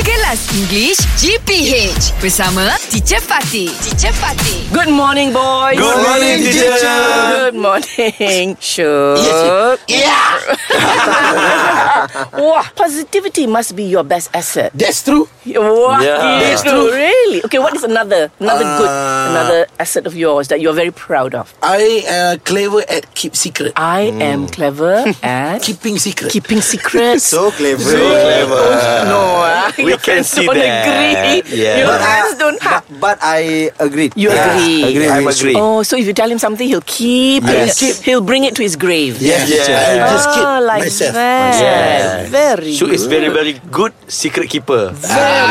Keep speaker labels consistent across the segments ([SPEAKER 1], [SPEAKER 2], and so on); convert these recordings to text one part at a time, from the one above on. [SPEAKER 1] Kelas English GPH bersama Teacher Fatih. Teacher Fatih.
[SPEAKER 2] Good morning, boys.
[SPEAKER 3] Good morning, teacher.
[SPEAKER 2] Good morning, Shuk.
[SPEAKER 3] Yeah,
[SPEAKER 2] Wah, positivity must be your best asset.
[SPEAKER 3] that's true.
[SPEAKER 2] Wow,
[SPEAKER 3] Yeah.
[SPEAKER 2] yeah.
[SPEAKER 3] That's true.
[SPEAKER 2] really. Okay, what is another, another
[SPEAKER 4] Uh,
[SPEAKER 2] good,
[SPEAKER 3] Ah.
[SPEAKER 2] another asset of yours that you are very proud of?
[SPEAKER 3] I uh, clever at keep secret,
[SPEAKER 2] I
[SPEAKER 4] Hmm.
[SPEAKER 2] am clever at
[SPEAKER 3] keeping secret.
[SPEAKER 2] keeping secrets.
[SPEAKER 4] So clever. So
[SPEAKER 2] no, ah,
[SPEAKER 4] We
[SPEAKER 2] your
[SPEAKER 4] can
[SPEAKER 2] friends
[SPEAKER 4] see
[SPEAKER 2] don't
[SPEAKER 4] that.
[SPEAKER 2] Agree.
[SPEAKER 4] Yeah.
[SPEAKER 2] Your
[SPEAKER 4] But,
[SPEAKER 2] friends don't have.
[SPEAKER 4] But I agree.
[SPEAKER 2] You
[SPEAKER 4] Yeah.
[SPEAKER 2] agree.
[SPEAKER 4] Agree. I'm agree.
[SPEAKER 2] Oh, so if you tell him something, he'll keep.
[SPEAKER 4] Yes.
[SPEAKER 2] He'll, he'll bring it to his grave.
[SPEAKER 3] Yes,
[SPEAKER 4] Yeah.
[SPEAKER 3] I just keep
[SPEAKER 2] Ah, like
[SPEAKER 3] myself.
[SPEAKER 2] that.
[SPEAKER 4] Yeah.
[SPEAKER 2] Very
[SPEAKER 5] Shu
[SPEAKER 2] good.
[SPEAKER 5] is very very good secret keeper.
[SPEAKER 2] Very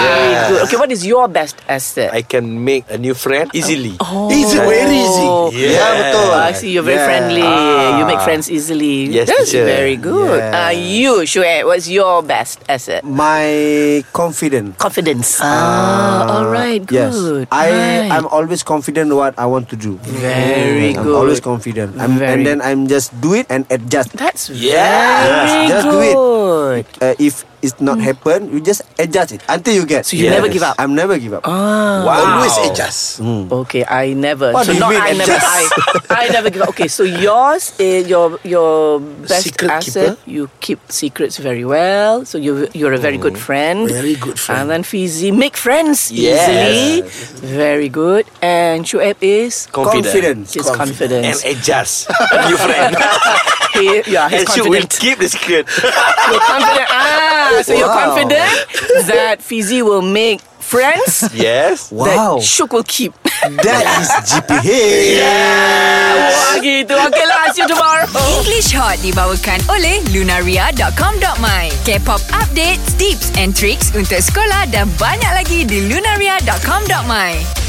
[SPEAKER 2] good. Okay, what is your best asset?
[SPEAKER 5] I can make a new friend easily.
[SPEAKER 3] It's very easy.
[SPEAKER 2] Oh,
[SPEAKER 4] Yeah, betul.
[SPEAKER 2] I see you're very
[SPEAKER 4] Yeah.
[SPEAKER 2] friendly. You make friends easily.
[SPEAKER 5] Yes,
[SPEAKER 2] That's
[SPEAKER 5] teacher.
[SPEAKER 2] very good.
[SPEAKER 4] Yeah.
[SPEAKER 2] Uh, you, Shuaib, what's your best asset?
[SPEAKER 4] My confident.
[SPEAKER 2] Confidence. Ah, all right,
[SPEAKER 4] Yes.
[SPEAKER 2] good.
[SPEAKER 4] I
[SPEAKER 2] right.
[SPEAKER 4] I'm always confident what I want to do.
[SPEAKER 2] Very
[SPEAKER 4] I'm
[SPEAKER 2] good.
[SPEAKER 4] always confident. I'm,
[SPEAKER 2] Very
[SPEAKER 4] and then I'm just do it and adjust.
[SPEAKER 2] That's very
[SPEAKER 4] Yeah. Just do it.
[SPEAKER 2] good.
[SPEAKER 4] Uh, if it's not happen, you just adjust it until you
[SPEAKER 2] Mm.
[SPEAKER 4] get.
[SPEAKER 2] So you never give up?
[SPEAKER 4] I'm never give up.
[SPEAKER 2] Ah.
[SPEAKER 3] Always adjust.
[SPEAKER 2] Okay, I never.
[SPEAKER 4] What
[SPEAKER 2] so
[SPEAKER 4] do you
[SPEAKER 2] not
[SPEAKER 4] mean
[SPEAKER 2] I never.
[SPEAKER 4] adjust?
[SPEAKER 2] I, I never give up. Okay, so yours is your your best
[SPEAKER 3] Secret
[SPEAKER 2] asset.
[SPEAKER 3] keeper?
[SPEAKER 2] You keep secrets very well. So you you're a very good friend.
[SPEAKER 3] Very good
[SPEAKER 2] And
[SPEAKER 3] friend.
[SPEAKER 2] then Fizi make friends easily. Very good. And Shuaib is
[SPEAKER 4] Confident.
[SPEAKER 2] his
[SPEAKER 5] and
[SPEAKER 2] confidence.
[SPEAKER 5] adjust a new friend.
[SPEAKER 2] He, yeah, he's
[SPEAKER 5] and she will
[SPEAKER 2] confident.
[SPEAKER 5] keep the secret.
[SPEAKER 2] You're confident. Ah, so you're
[SPEAKER 4] Wow.
[SPEAKER 2] confident that Fizi will make friends
[SPEAKER 5] yes.
[SPEAKER 4] Wow,
[SPEAKER 2] that Shuk will keep.
[SPEAKER 4] that is GPH.
[SPEAKER 2] Wah, gitu. Okay, lah. See you tomorrow.
[SPEAKER 1] English Hot dibawakan oleh lunaria.com.my. K-pop updates, tips and tricks untuk sekolah dan banyak lagi di lunaria.com.my.